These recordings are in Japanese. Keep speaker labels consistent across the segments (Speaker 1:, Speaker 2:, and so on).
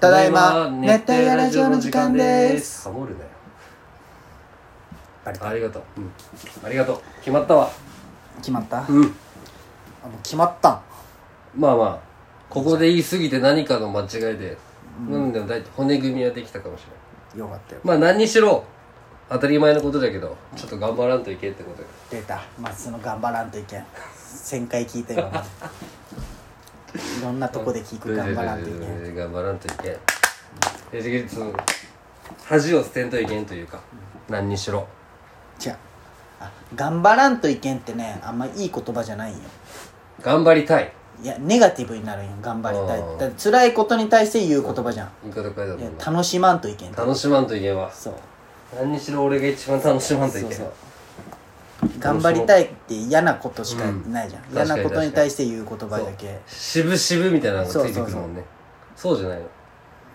Speaker 1: ただいま熱帯夜ラジオの時間です
Speaker 2: ハモるなよ
Speaker 1: バレた
Speaker 2: ありがとう、うん、ありがとう決まったわ
Speaker 1: 決まったあも
Speaker 2: うん
Speaker 1: う決まったん
Speaker 2: まあまあここで言い過ぎて何かの間違いで、なんでも大体骨組みはできたかもしれない
Speaker 1: よかったよ
Speaker 2: まあ何にしろ当たり前のことだけどちょっと頑張らんといけってことよ
Speaker 1: 出たまあその頑張らんといけん1000回聞いたよ ないろんなとこで聞く頑張らんといけん
Speaker 2: ん頑張らんといけんえじゃあその恥を捨てんといけんというか何にしろ
Speaker 1: 違うあ頑張らんといけんってねあんまいい言葉じゃないんよ
Speaker 2: 頑張りたい
Speaker 1: いやネガティブになるんよ頑張りたい
Speaker 2: あー
Speaker 1: だって辛いことに対して言う言葉じゃん
Speaker 2: 言い方変えたも
Speaker 1: いや
Speaker 2: んな
Speaker 1: 楽しまんといけんって
Speaker 2: 楽しまんといけんわ
Speaker 1: そう
Speaker 2: 何にしろ俺が一番楽しまんといけん
Speaker 1: そうそう頑張りたいって嫌なことしかないじゃん、
Speaker 2: うん
Speaker 1: 嫌なことに対して言う言葉だけ
Speaker 2: 渋々みたいなのがついてくるもんねそうじゃないの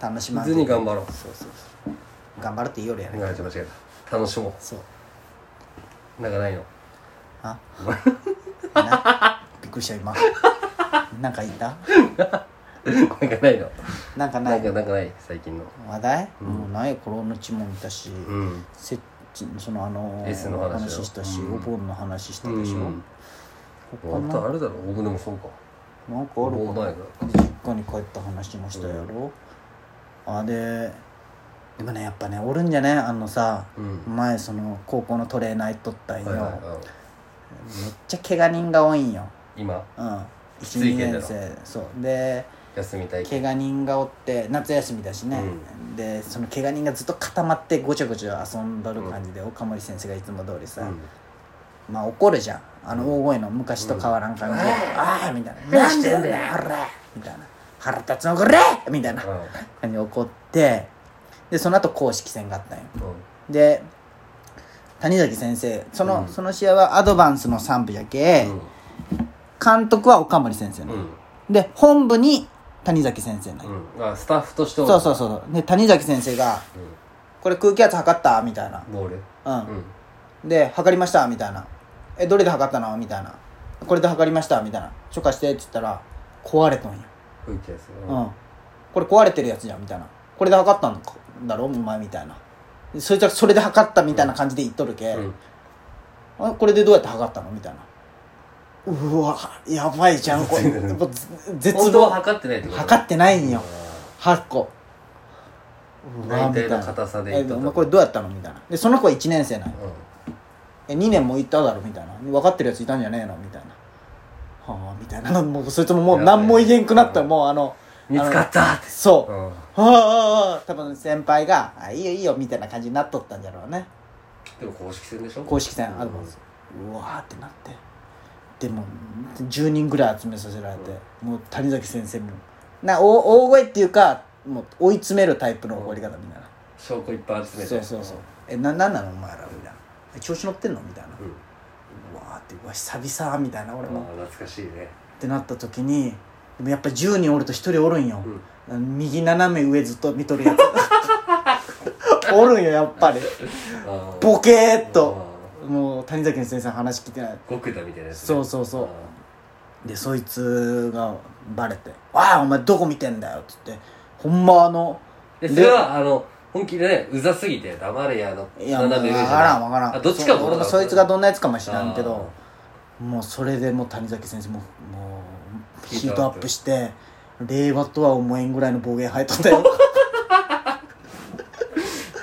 Speaker 1: 楽しまんと
Speaker 2: 普通に頑張ろう
Speaker 1: そうそうそう頑張るって言うよりやね
Speaker 2: 間違えた間違えた楽しも
Speaker 1: そう
Speaker 2: うなんかないの
Speaker 1: あなびっくりした今なんか言った
Speaker 2: なんかないの
Speaker 1: なんかな
Speaker 2: なん
Speaker 1: い
Speaker 2: かなんかない最近の
Speaker 1: 話題、もうないコロの血も見たし、
Speaker 2: うん
Speaker 1: せっちそのあの
Speaker 2: S の話だよ
Speaker 1: したし、
Speaker 2: うん
Speaker 1: お盆の話した
Speaker 2: う
Speaker 1: でしょ、
Speaker 2: ん
Speaker 1: 他
Speaker 2: あ
Speaker 1: な
Speaker 2: とあるだろ僕でもそうか
Speaker 1: なんかある
Speaker 2: もう前から
Speaker 1: 実家に帰った話もしたやろ、あででもねやっぱねおるんじゃねあのさ
Speaker 2: うん
Speaker 1: 前その高校のトレーナー行っとったんよ、
Speaker 2: はいはいはい
Speaker 1: めっちゃ怪我人が多いんよ
Speaker 2: 今
Speaker 1: うん
Speaker 2: きつい
Speaker 1: 12
Speaker 2: けんだ
Speaker 1: 年
Speaker 2: ろ
Speaker 1: 生そうで
Speaker 2: 休みたい
Speaker 1: 怪我人がおって夏休みだしね、でその怪我人がずっと固まってごちゃごちゃ遊んどる感じで、岡森先生がいつも通りさ、まあ怒るじゃんあの大声の昔と変わらん感じで「ああ」みたいな「なんでだよ俺」みたいな「腹立つのこれ!」みたいな
Speaker 2: うん
Speaker 1: 感じで怒ってでその後公式戦があったんよ
Speaker 2: うん
Speaker 1: で谷崎先生その,、
Speaker 2: うん
Speaker 1: その試合はアドバンスの3部やけ、
Speaker 2: う
Speaker 1: 監督は岡森先生なの、
Speaker 2: ん
Speaker 1: で本部に谷崎先生なの、
Speaker 2: うんあスタッフとして
Speaker 1: そうそううそうそうで谷崎先生が「これ空気圧測った?」みたいな
Speaker 2: ボール
Speaker 1: うん
Speaker 2: うん
Speaker 1: で測りましたみたいな「えどれで測ったの?」みたいな「これで測りました」みたいな「許可して」っつったら壊れとんや
Speaker 2: 吹いてやつ
Speaker 1: うん、これ壊れてるやつじゃんみたいなこれで測ったんだろお前みたいなでそいつはそれで測ったみたいな感じで言っとるけ、
Speaker 2: うん
Speaker 1: あこれでどうやって測ったのみたいなうわやばいじゃん これ
Speaker 2: 絶望
Speaker 1: もう絶
Speaker 2: 本当は
Speaker 1: 望
Speaker 2: 測ってないってこと
Speaker 1: 測ってないんよ
Speaker 2: あ
Speaker 1: 8個うわ
Speaker 2: 大
Speaker 1: みた
Speaker 2: 体
Speaker 1: い
Speaker 2: の
Speaker 1: な
Speaker 2: 硬さで
Speaker 1: え
Speaker 2: いっと
Speaker 1: お
Speaker 2: った
Speaker 1: 前これどうやったのみたいなでその子は1年生なんよ
Speaker 2: うん
Speaker 1: え2年も行っただろみたいな分かってるやついたんじゃねえのみたいなはあみたいなもうそいつももう何も言えんくなった
Speaker 2: やばい
Speaker 1: もうあの
Speaker 2: 見つかったって
Speaker 1: そう、
Speaker 2: うん
Speaker 1: はあ多分先輩が「あいいよいいよ」みたいな感じになっとったんじゃろうね
Speaker 2: でも公式戦でしょ
Speaker 1: 公式戦アドバンスうわーってなってでも10人ぐらい集めさせられて、もう谷崎先生もなお大声っていうかもう追い詰めるタイプの怒り方みたいな、
Speaker 2: 証拠いっぱい集めて
Speaker 1: そうそうそう「えななんなのお前ら」みたいなえ「調子乗ってんの?」みたいな、
Speaker 2: うん
Speaker 1: うわーってうわ久々みたいな俺
Speaker 2: あ
Speaker 1: も、
Speaker 2: ー懐かしいね
Speaker 1: ってなった時にでもやっぱ10人おると1人おるんよ、
Speaker 2: うん
Speaker 1: 右斜め上ずっと見とるやつ おるんよやっぱり
Speaker 2: あー
Speaker 1: ボケーっと
Speaker 2: あ
Speaker 1: もう谷崎先生の話聞いてない
Speaker 2: ー極だみたいなやつね
Speaker 1: そうそうそう
Speaker 2: あ
Speaker 1: でそいつがバレて「わあお前どこ見てんだよ」っつってほんまあの
Speaker 2: ーでそれはあの本気でねうざすぎて黙れやあの
Speaker 1: いや分か
Speaker 2: 斜め上じゃない
Speaker 1: らん分から
Speaker 2: あ
Speaker 1: ん
Speaker 2: どっち
Speaker 1: そ
Speaker 2: か
Speaker 1: う
Speaker 2: も
Speaker 1: 俺もそいつがどんなやつかも知らんけ
Speaker 2: あ
Speaker 1: どもうそれでもう谷崎先生ももう
Speaker 2: ヒート
Speaker 1: ヒートアップして令和とは思えんぐらいの暴言吐いとったよ
Speaker 2: あ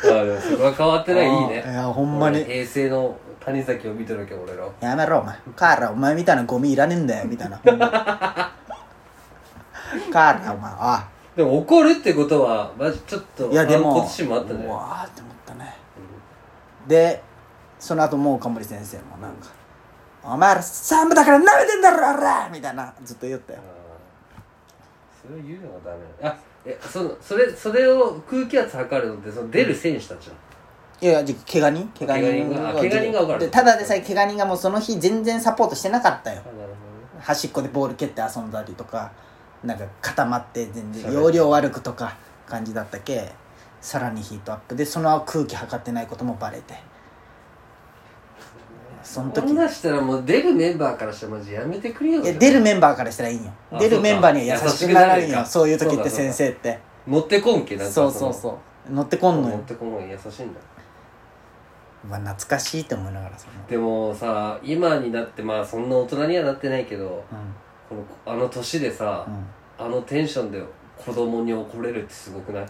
Speaker 2: ーでもそれは変わってないいいね
Speaker 1: いやほんまに
Speaker 2: 俺平成の谷崎を見てるわけ俺ら
Speaker 1: やめろお前カーラお前みたいなゴミいらねえんだよみたいな カーラお前あ
Speaker 2: でも怒るってことはまずちょっと
Speaker 1: いやでも
Speaker 2: 反骨心もあったんじゃ
Speaker 1: う
Speaker 2: ない
Speaker 1: わーって思ったね、でその後もう岡森先生もなんか「お前ら三部だから舐めてんだろあら!」みたいなずっと言ったよ
Speaker 2: あーそれを言うのがダメなのあえそのそれそれを空気圧測るのってその出る選手たちない
Speaker 1: やいやじゃあ怪我人怪我人
Speaker 2: 怪我人があ怪我人が分かる
Speaker 1: でただでさえ怪我人がもうその日全然サポートしてなかったよ
Speaker 2: あなる
Speaker 1: 端っこでボール蹴って遊んだりとかなんか固まって全
Speaker 2: そ
Speaker 1: 然
Speaker 2: れ
Speaker 1: 容量悪くとか感じだったけさらにヒートアップでその空気測ってないこともバレてその
Speaker 2: ほど
Speaker 1: 時
Speaker 2: こん
Speaker 1: いや
Speaker 2: なしたらもう出るメンバーからしたらマジやめてくれよ
Speaker 1: 出るメンバーからしたらいいんよ
Speaker 2: あ
Speaker 1: 出るメンバーには優しくならん
Speaker 2: そうか優しくなられる
Speaker 1: よ
Speaker 2: か
Speaker 1: そういう時って
Speaker 2: そうかそう
Speaker 1: 先
Speaker 2: か
Speaker 1: 生って
Speaker 2: 乗ってこんけなんか
Speaker 1: そうそう
Speaker 2: う
Speaker 1: そう乗ってこんの
Speaker 2: 乗
Speaker 1: よ
Speaker 2: ってこんもん優しいんだ
Speaker 1: うわ懐かしいって思いながらさ、
Speaker 2: でもさ今になってまあそんな大人にはなってないけど
Speaker 1: うん
Speaker 2: このあの年でさ、
Speaker 1: うん、
Speaker 2: あのテンションで子供に怒れるってすごくない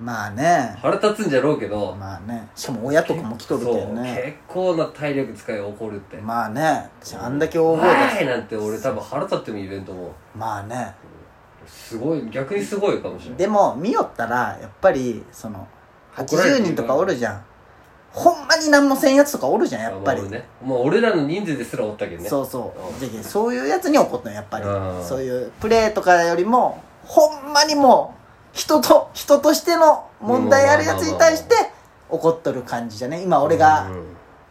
Speaker 1: まあね
Speaker 2: 腹立つんじゃろうけど、
Speaker 1: まあねしかも親とかも来とるけど
Speaker 2: そう
Speaker 1: ね
Speaker 2: 結構な体力使い怒るって、
Speaker 1: まあねあんだけ大
Speaker 2: お
Speaker 1: 声出
Speaker 2: いなんて俺多分腹立っても言えんと思う
Speaker 1: すまあね
Speaker 2: すごい逆にすごいかもしれない
Speaker 1: でも見よったらやっぱりその
Speaker 2: 怒られ
Speaker 1: 80
Speaker 2: る
Speaker 1: 人とかおるじゃんほんまに何もせんやつとかおるじゃんやっぱり、
Speaker 2: まあね、まあ、俺らの人数ですらおったけどね
Speaker 1: そうそう
Speaker 2: うん
Speaker 1: じゃけそういうやつに怒ったんやっぱり
Speaker 2: うん
Speaker 1: そういうプレーとかよりもほんまにもう人と人としての問題あるやつに対して怒っとる感じじゃね今俺が
Speaker 2: う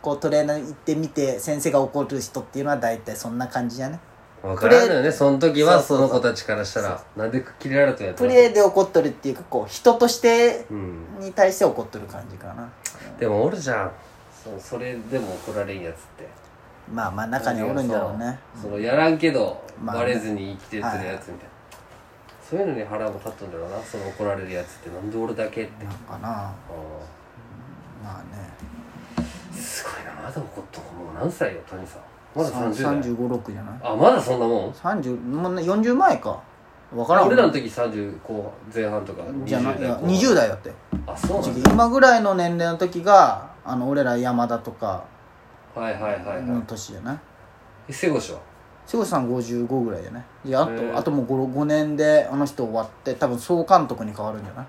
Speaker 1: こうトレーナー行ってみて先生が怒る人っていうのは大体そんな感じじゃね
Speaker 2: ん、分からん
Speaker 1: プ
Speaker 2: のよねその時は
Speaker 1: そうそう
Speaker 2: そ
Speaker 1: そう
Speaker 2: の子たちからしたらなんで切れられたんや
Speaker 1: プレ
Speaker 2: ー
Speaker 1: ーで怒っとるっていうかこう人として
Speaker 2: うん
Speaker 1: に対して怒っとる感じかな
Speaker 2: でもおるじゃんそそれでも怒られんやつって
Speaker 1: まあまあ中におるんだろうね
Speaker 2: そのやらんけど、
Speaker 1: まあね
Speaker 2: バレずに生きてるやつみたいな、そういうのに腹も立ったんだろうなその怒られるやつってなんで俺だけって、
Speaker 1: なんかな
Speaker 2: あー
Speaker 1: まあね
Speaker 2: すごいなまだ怒っとんのもう何歳よ谷さんまだ30代
Speaker 1: 3 5 6じゃない
Speaker 2: あまだそんなもん
Speaker 1: 30もうね40前か分からん
Speaker 2: 俺らの時30後半前半とか20
Speaker 1: じゃ
Speaker 2: 代
Speaker 1: ないいや
Speaker 2: 後半
Speaker 1: 20代だって
Speaker 2: あそうなんだ
Speaker 1: 今ぐらいの年齢の時があの俺ら山田とか
Speaker 2: はいはいはいはい、
Speaker 1: の年じゃない
Speaker 2: え瀬越は
Speaker 1: 瀬口さん55ぐらいじゃないいやあ
Speaker 2: へ
Speaker 1: と
Speaker 2: ー
Speaker 1: あともう 5, 5年であの人終わって多分総監督に変わるんじゃない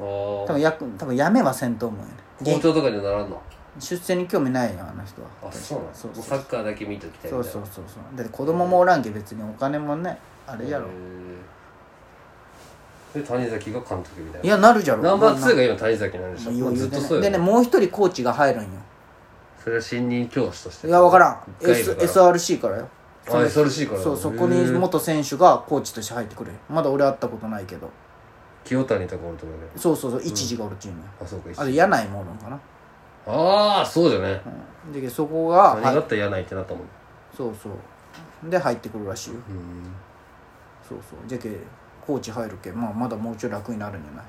Speaker 2: あー
Speaker 1: 多分や多分やめはせんと思うよね
Speaker 2: 校長とかにはならんの
Speaker 1: 出世に興味ないよあの人は
Speaker 2: あそうなんだ
Speaker 1: そう
Speaker 2: も
Speaker 1: そううそ
Speaker 2: サ
Speaker 1: う
Speaker 2: ッカーだけ見ときたいみた
Speaker 1: そ
Speaker 2: いうな
Speaker 1: そうそうだって子供もおらんけ別にお金もねあれやろ
Speaker 2: へーで谷崎が監督みたい
Speaker 1: い
Speaker 2: な
Speaker 1: やなるじゃろ
Speaker 2: ナンバー2
Speaker 1: が
Speaker 2: が今谷崎なんでしょもうずっとそうよ
Speaker 1: でね
Speaker 2: ね
Speaker 1: もう一人コーチが入るんよ
Speaker 2: それは新任教師として
Speaker 1: いや分からん
Speaker 2: 外部
Speaker 1: S
Speaker 2: から
Speaker 1: SRC からよ
Speaker 2: あ SRC から
Speaker 1: そうそこに
Speaker 2: へー
Speaker 1: 元選手がコーチとして入ってくるよまだ俺会ったことないけど
Speaker 2: 清谷とかおるとかね
Speaker 1: そうそうそう一時がおるチームよ
Speaker 2: あそうか一
Speaker 1: あと
Speaker 2: 緒
Speaker 1: 柳井もおるんかな
Speaker 2: ああそうじゃね
Speaker 1: うんでそこが
Speaker 2: 何があ
Speaker 1: は
Speaker 2: ったら嫌ないってなったもん
Speaker 1: そうそうで入ってくるらしいよ
Speaker 2: うん
Speaker 1: そうそうじゃけコーチ入るけまあまだもうちょい楽になるんじゃない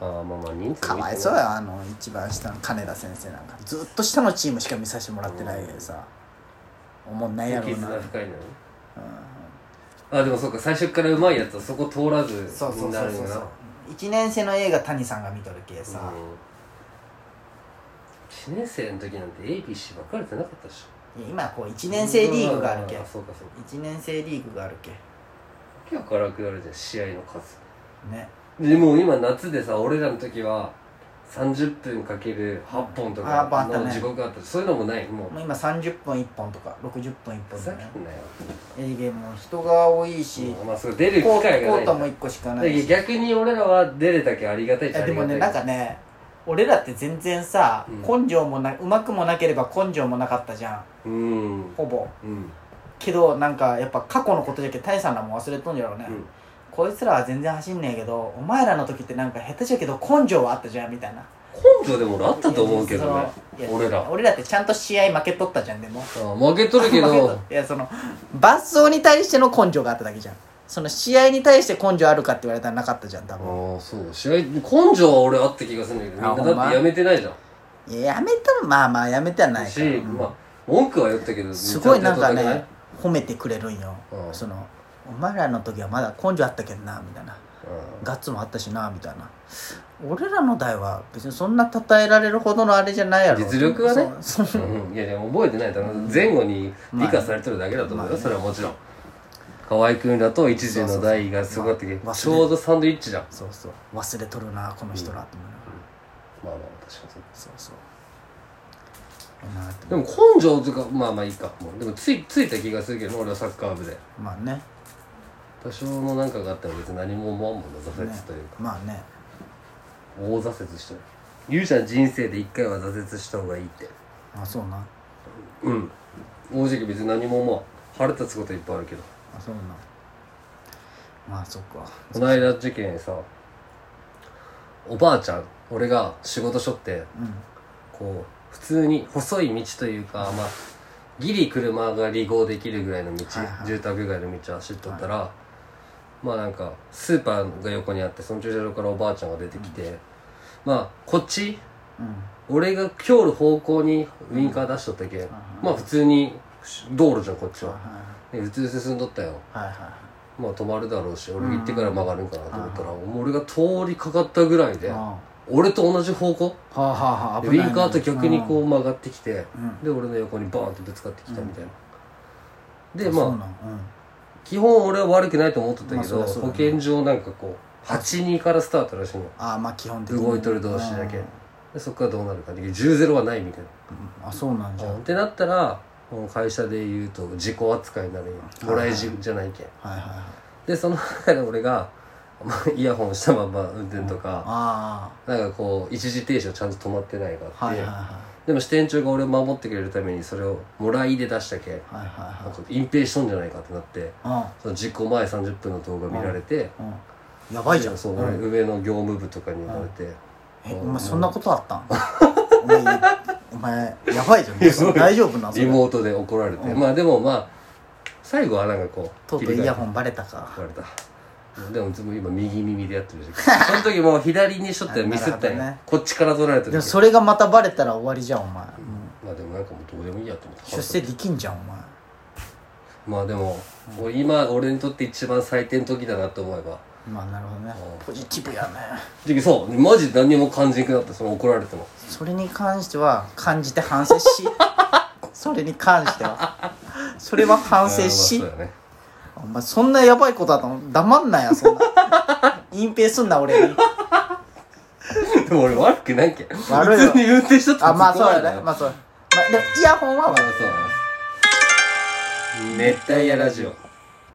Speaker 2: ああまあまあ人数
Speaker 1: かわいそうやあの一番下の金田先生なんかずっと下のチームしか見させてもらってないけどさおもんないやろうな、
Speaker 2: 絆深いのよ
Speaker 1: う
Speaker 2: あでもそうか最初からうまいやつはそこ通らず
Speaker 1: ん、そうそう
Speaker 2: にな
Speaker 1: そう
Speaker 2: るん
Speaker 1: そう
Speaker 2: やな
Speaker 1: そう1年生の映画谷さんが見とるけさ、
Speaker 2: 1年生の時なんて ABC 分かれてなかったでし
Speaker 1: いや今はこう1
Speaker 2: ょ
Speaker 1: 年生リーグがあるけ
Speaker 2: あそうかそうか
Speaker 1: 1年生リーグがあるけ
Speaker 2: 結構荒くなるじゃん試合の数
Speaker 1: ね
Speaker 2: でもう今夏でさ俺らの時は30分かける8本と
Speaker 1: あやっぱあ
Speaker 2: か
Speaker 1: ったね
Speaker 2: の地獄あったそういうのもないも
Speaker 1: も
Speaker 2: う
Speaker 1: う今30分1本とか60分1
Speaker 2: ふ
Speaker 1: 本
Speaker 2: ざ
Speaker 1: だ
Speaker 2: け
Speaker 1: ね
Speaker 2: んなよ
Speaker 1: えいゲームも人が多いし
Speaker 2: まあそれ出る機
Speaker 1: コー
Speaker 2: 会
Speaker 1: トコ
Speaker 2: が
Speaker 1: ートも
Speaker 2: ない
Speaker 1: 1個しかない
Speaker 2: で
Speaker 1: し
Speaker 2: 逆に俺らは出れたけありがたい
Speaker 1: い
Speaker 2: っちゃ
Speaker 1: や
Speaker 2: あ
Speaker 1: で
Speaker 2: りが
Speaker 1: も
Speaker 2: た
Speaker 1: ね
Speaker 2: い
Speaker 1: なんかね俺らって全然さ、
Speaker 2: う
Speaker 1: 根性もなうまくもなければ根性もなかったじゃん
Speaker 2: うんうん
Speaker 1: ほぼ
Speaker 2: うん
Speaker 1: けどなんかやっぱ過去のことじゃけタイさんらも忘れとんじゃろうね、こいつらは全然走んねえけどお前らの時ってなんか下手じゃけど根性はあったじゃんみたいな
Speaker 2: 根性でも俺あったと思うけどね
Speaker 1: いや
Speaker 2: 俺ら
Speaker 1: 俺らってちゃんと試合負けとったじゃんでも
Speaker 2: あ負けとるけど
Speaker 1: いやその罰走に対しての根性があっただけじゃんその試合に対して根性あるかって言われたらなかったじゃん多分
Speaker 2: ああそう試合根性は俺あった気がするんだけどみん
Speaker 1: あ
Speaker 2: なだってやめてないじゃん
Speaker 1: いややめたらまあまあやめてはない
Speaker 2: し、
Speaker 1: から、うん
Speaker 2: まあ文句は言ったけど
Speaker 1: すごいなんか
Speaker 2: ちゃとやっ
Speaker 1: ね
Speaker 2: と
Speaker 1: 褒めてくれるんよ、
Speaker 2: うん
Speaker 1: そのお前らの時はまだ根性あったけんなみたいな
Speaker 2: かないうん
Speaker 1: ガッツもあったしなみたいな俺らの代は別にそんな称えられるほどのあれじゃないやろ
Speaker 2: 実力はね
Speaker 1: そうそう
Speaker 2: うんいやいや覚えてないだろ前後に美化されてるだけだと思うよ、それはもちろん河合君だと一時の代がすごかったけど、
Speaker 1: まあ忘
Speaker 2: ち
Speaker 1: れ
Speaker 2: ょうどサンドイッチじゃんま
Speaker 1: そうそう忘れとるなこの人らって思いながら、
Speaker 2: あまあ確かにそう
Speaker 1: そうそういいなって思う
Speaker 2: でも根性とかまあまあいいかもうでもついついた気がするけどね俺はサッカー部で
Speaker 1: まあね
Speaker 2: 多少のなんかがあったら別に何も思わんもんな挫折というか、
Speaker 1: まあね
Speaker 2: 大挫折してる言うじゃん人生で一回は挫折した方がいいって
Speaker 1: あそうな
Speaker 2: うん正直別に何ももう腹立つこといっぱいあるけど
Speaker 1: あそうなまあそっか
Speaker 2: この間事件さおばあちゃん俺が仕事しょって
Speaker 1: うん
Speaker 2: こう普通に細い道というかまあギリ車が離合できるぐらいの道、
Speaker 1: はいはい
Speaker 2: 住宅街の道走っとったら、まあなんかスーパーが横にあってその駐車場からおばあちゃんが出てきて、まあこっち
Speaker 1: うん
Speaker 2: 俺が今日る方向にウインカー出しとったけ、ん、まあ普通に道路じゃんこっちは、
Speaker 1: は
Speaker 2: で普通に進んどったよ
Speaker 1: いはいは
Speaker 2: まあ止まるだろうし俺行ってから曲がるんかなと思ったら、もう俺が通りかかったぐらい
Speaker 1: い
Speaker 2: で、
Speaker 1: うんは
Speaker 2: 俺と同じ方向
Speaker 1: あはあはあ
Speaker 2: で
Speaker 1: 危
Speaker 2: ウ
Speaker 1: ない
Speaker 2: インカーと逆にこう曲がってきて、
Speaker 1: うんうん
Speaker 2: で俺の横にバーンとぶつかってきたみたいな、で
Speaker 1: でまあ
Speaker 2: まあ基本俺は悪くないと思ってた
Speaker 1: まあ
Speaker 2: け
Speaker 1: そ
Speaker 2: ど、
Speaker 1: りゃそうだ
Speaker 2: 保
Speaker 1: ね
Speaker 2: 健所なんかこう82からスタートらしいの
Speaker 1: ああまあ基本的に
Speaker 2: 動いとる同士だけ、
Speaker 1: うん
Speaker 2: でそこからどうなるかで10-0はないみたいな
Speaker 1: あそうなんじゃ
Speaker 2: うんっ
Speaker 1: は
Speaker 2: てなったらもう会社で言うと自己扱いになるよもらい事じゃないけん
Speaker 1: いはいはい
Speaker 2: でその中で俺がまあイヤホンしたまま運転とか、
Speaker 1: あ
Speaker 2: なんかこう一時停止をちゃんと止まってないかって、
Speaker 1: あはいはいは
Speaker 2: でも支店長が俺を守ってくれるためにそれをもらいで出したけん
Speaker 1: いはい
Speaker 2: なん
Speaker 1: は
Speaker 2: か隠蔽しとんじゃないかってなって
Speaker 1: いは
Speaker 2: その実行前30分の動画見られて、
Speaker 1: いうんうんやばいじゃん
Speaker 2: そう、
Speaker 1: うん
Speaker 2: 俺上の業務部とかに言われて、
Speaker 1: えお前そんなことあったんお前お前やばいじゃん大丈夫なのそ
Speaker 2: リ
Speaker 1: れ
Speaker 2: モートで怒られて、まあでもまあ最後はなんかこう
Speaker 1: とうとうイヤホンバレたか
Speaker 2: 言われたでも今右耳でやってるしその時もう左にしとったらミスったん
Speaker 1: なるほど
Speaker 2: や、
Speaker 1: ね
Speaker 2: こっちから取られた
Speaker 1: でも
Speaker 2: 時
Speaker 1: それがまたバレたら終わりじゃんお前うん
Speaker 2: まあでもなんかもうどうでもいいやと思った
Speaker 1: 出世できんじゃんお前
Speaker 2: まあでも、もう今俺にとって一番最低の時だなと思えば
Speaker 1: まあなるほどね
Speaker 2: うん
Speaker 1: ポジティブやね
Speaker 2: でそうマジ何にも感じなくなったその怒られても
Speaker 1: それに関しては感じて反省 しそれに関してはそれは反省し
Speaker 2: あーまあそうだね
Speaker 1: お前そんなやばいことだったの黙んなやそん な隠蔽すんな俺に
Speaker 2: でも俺悪くないけん
Speaker 1: 悪いよ
Speaker 2: 普通に運転しとった
Speaker 1: あ
Speaker 2: ら
Speaker 1: まあ
Speaker 2: 突っ込
Speaker 1: そう
Speaker 2: まれた
Speaker 1: だ
Speaker 2: よ
Speaker 1: ねまあそうまあでもイヤホンは
Speaker 2: まあそう熱帯夜ラジオ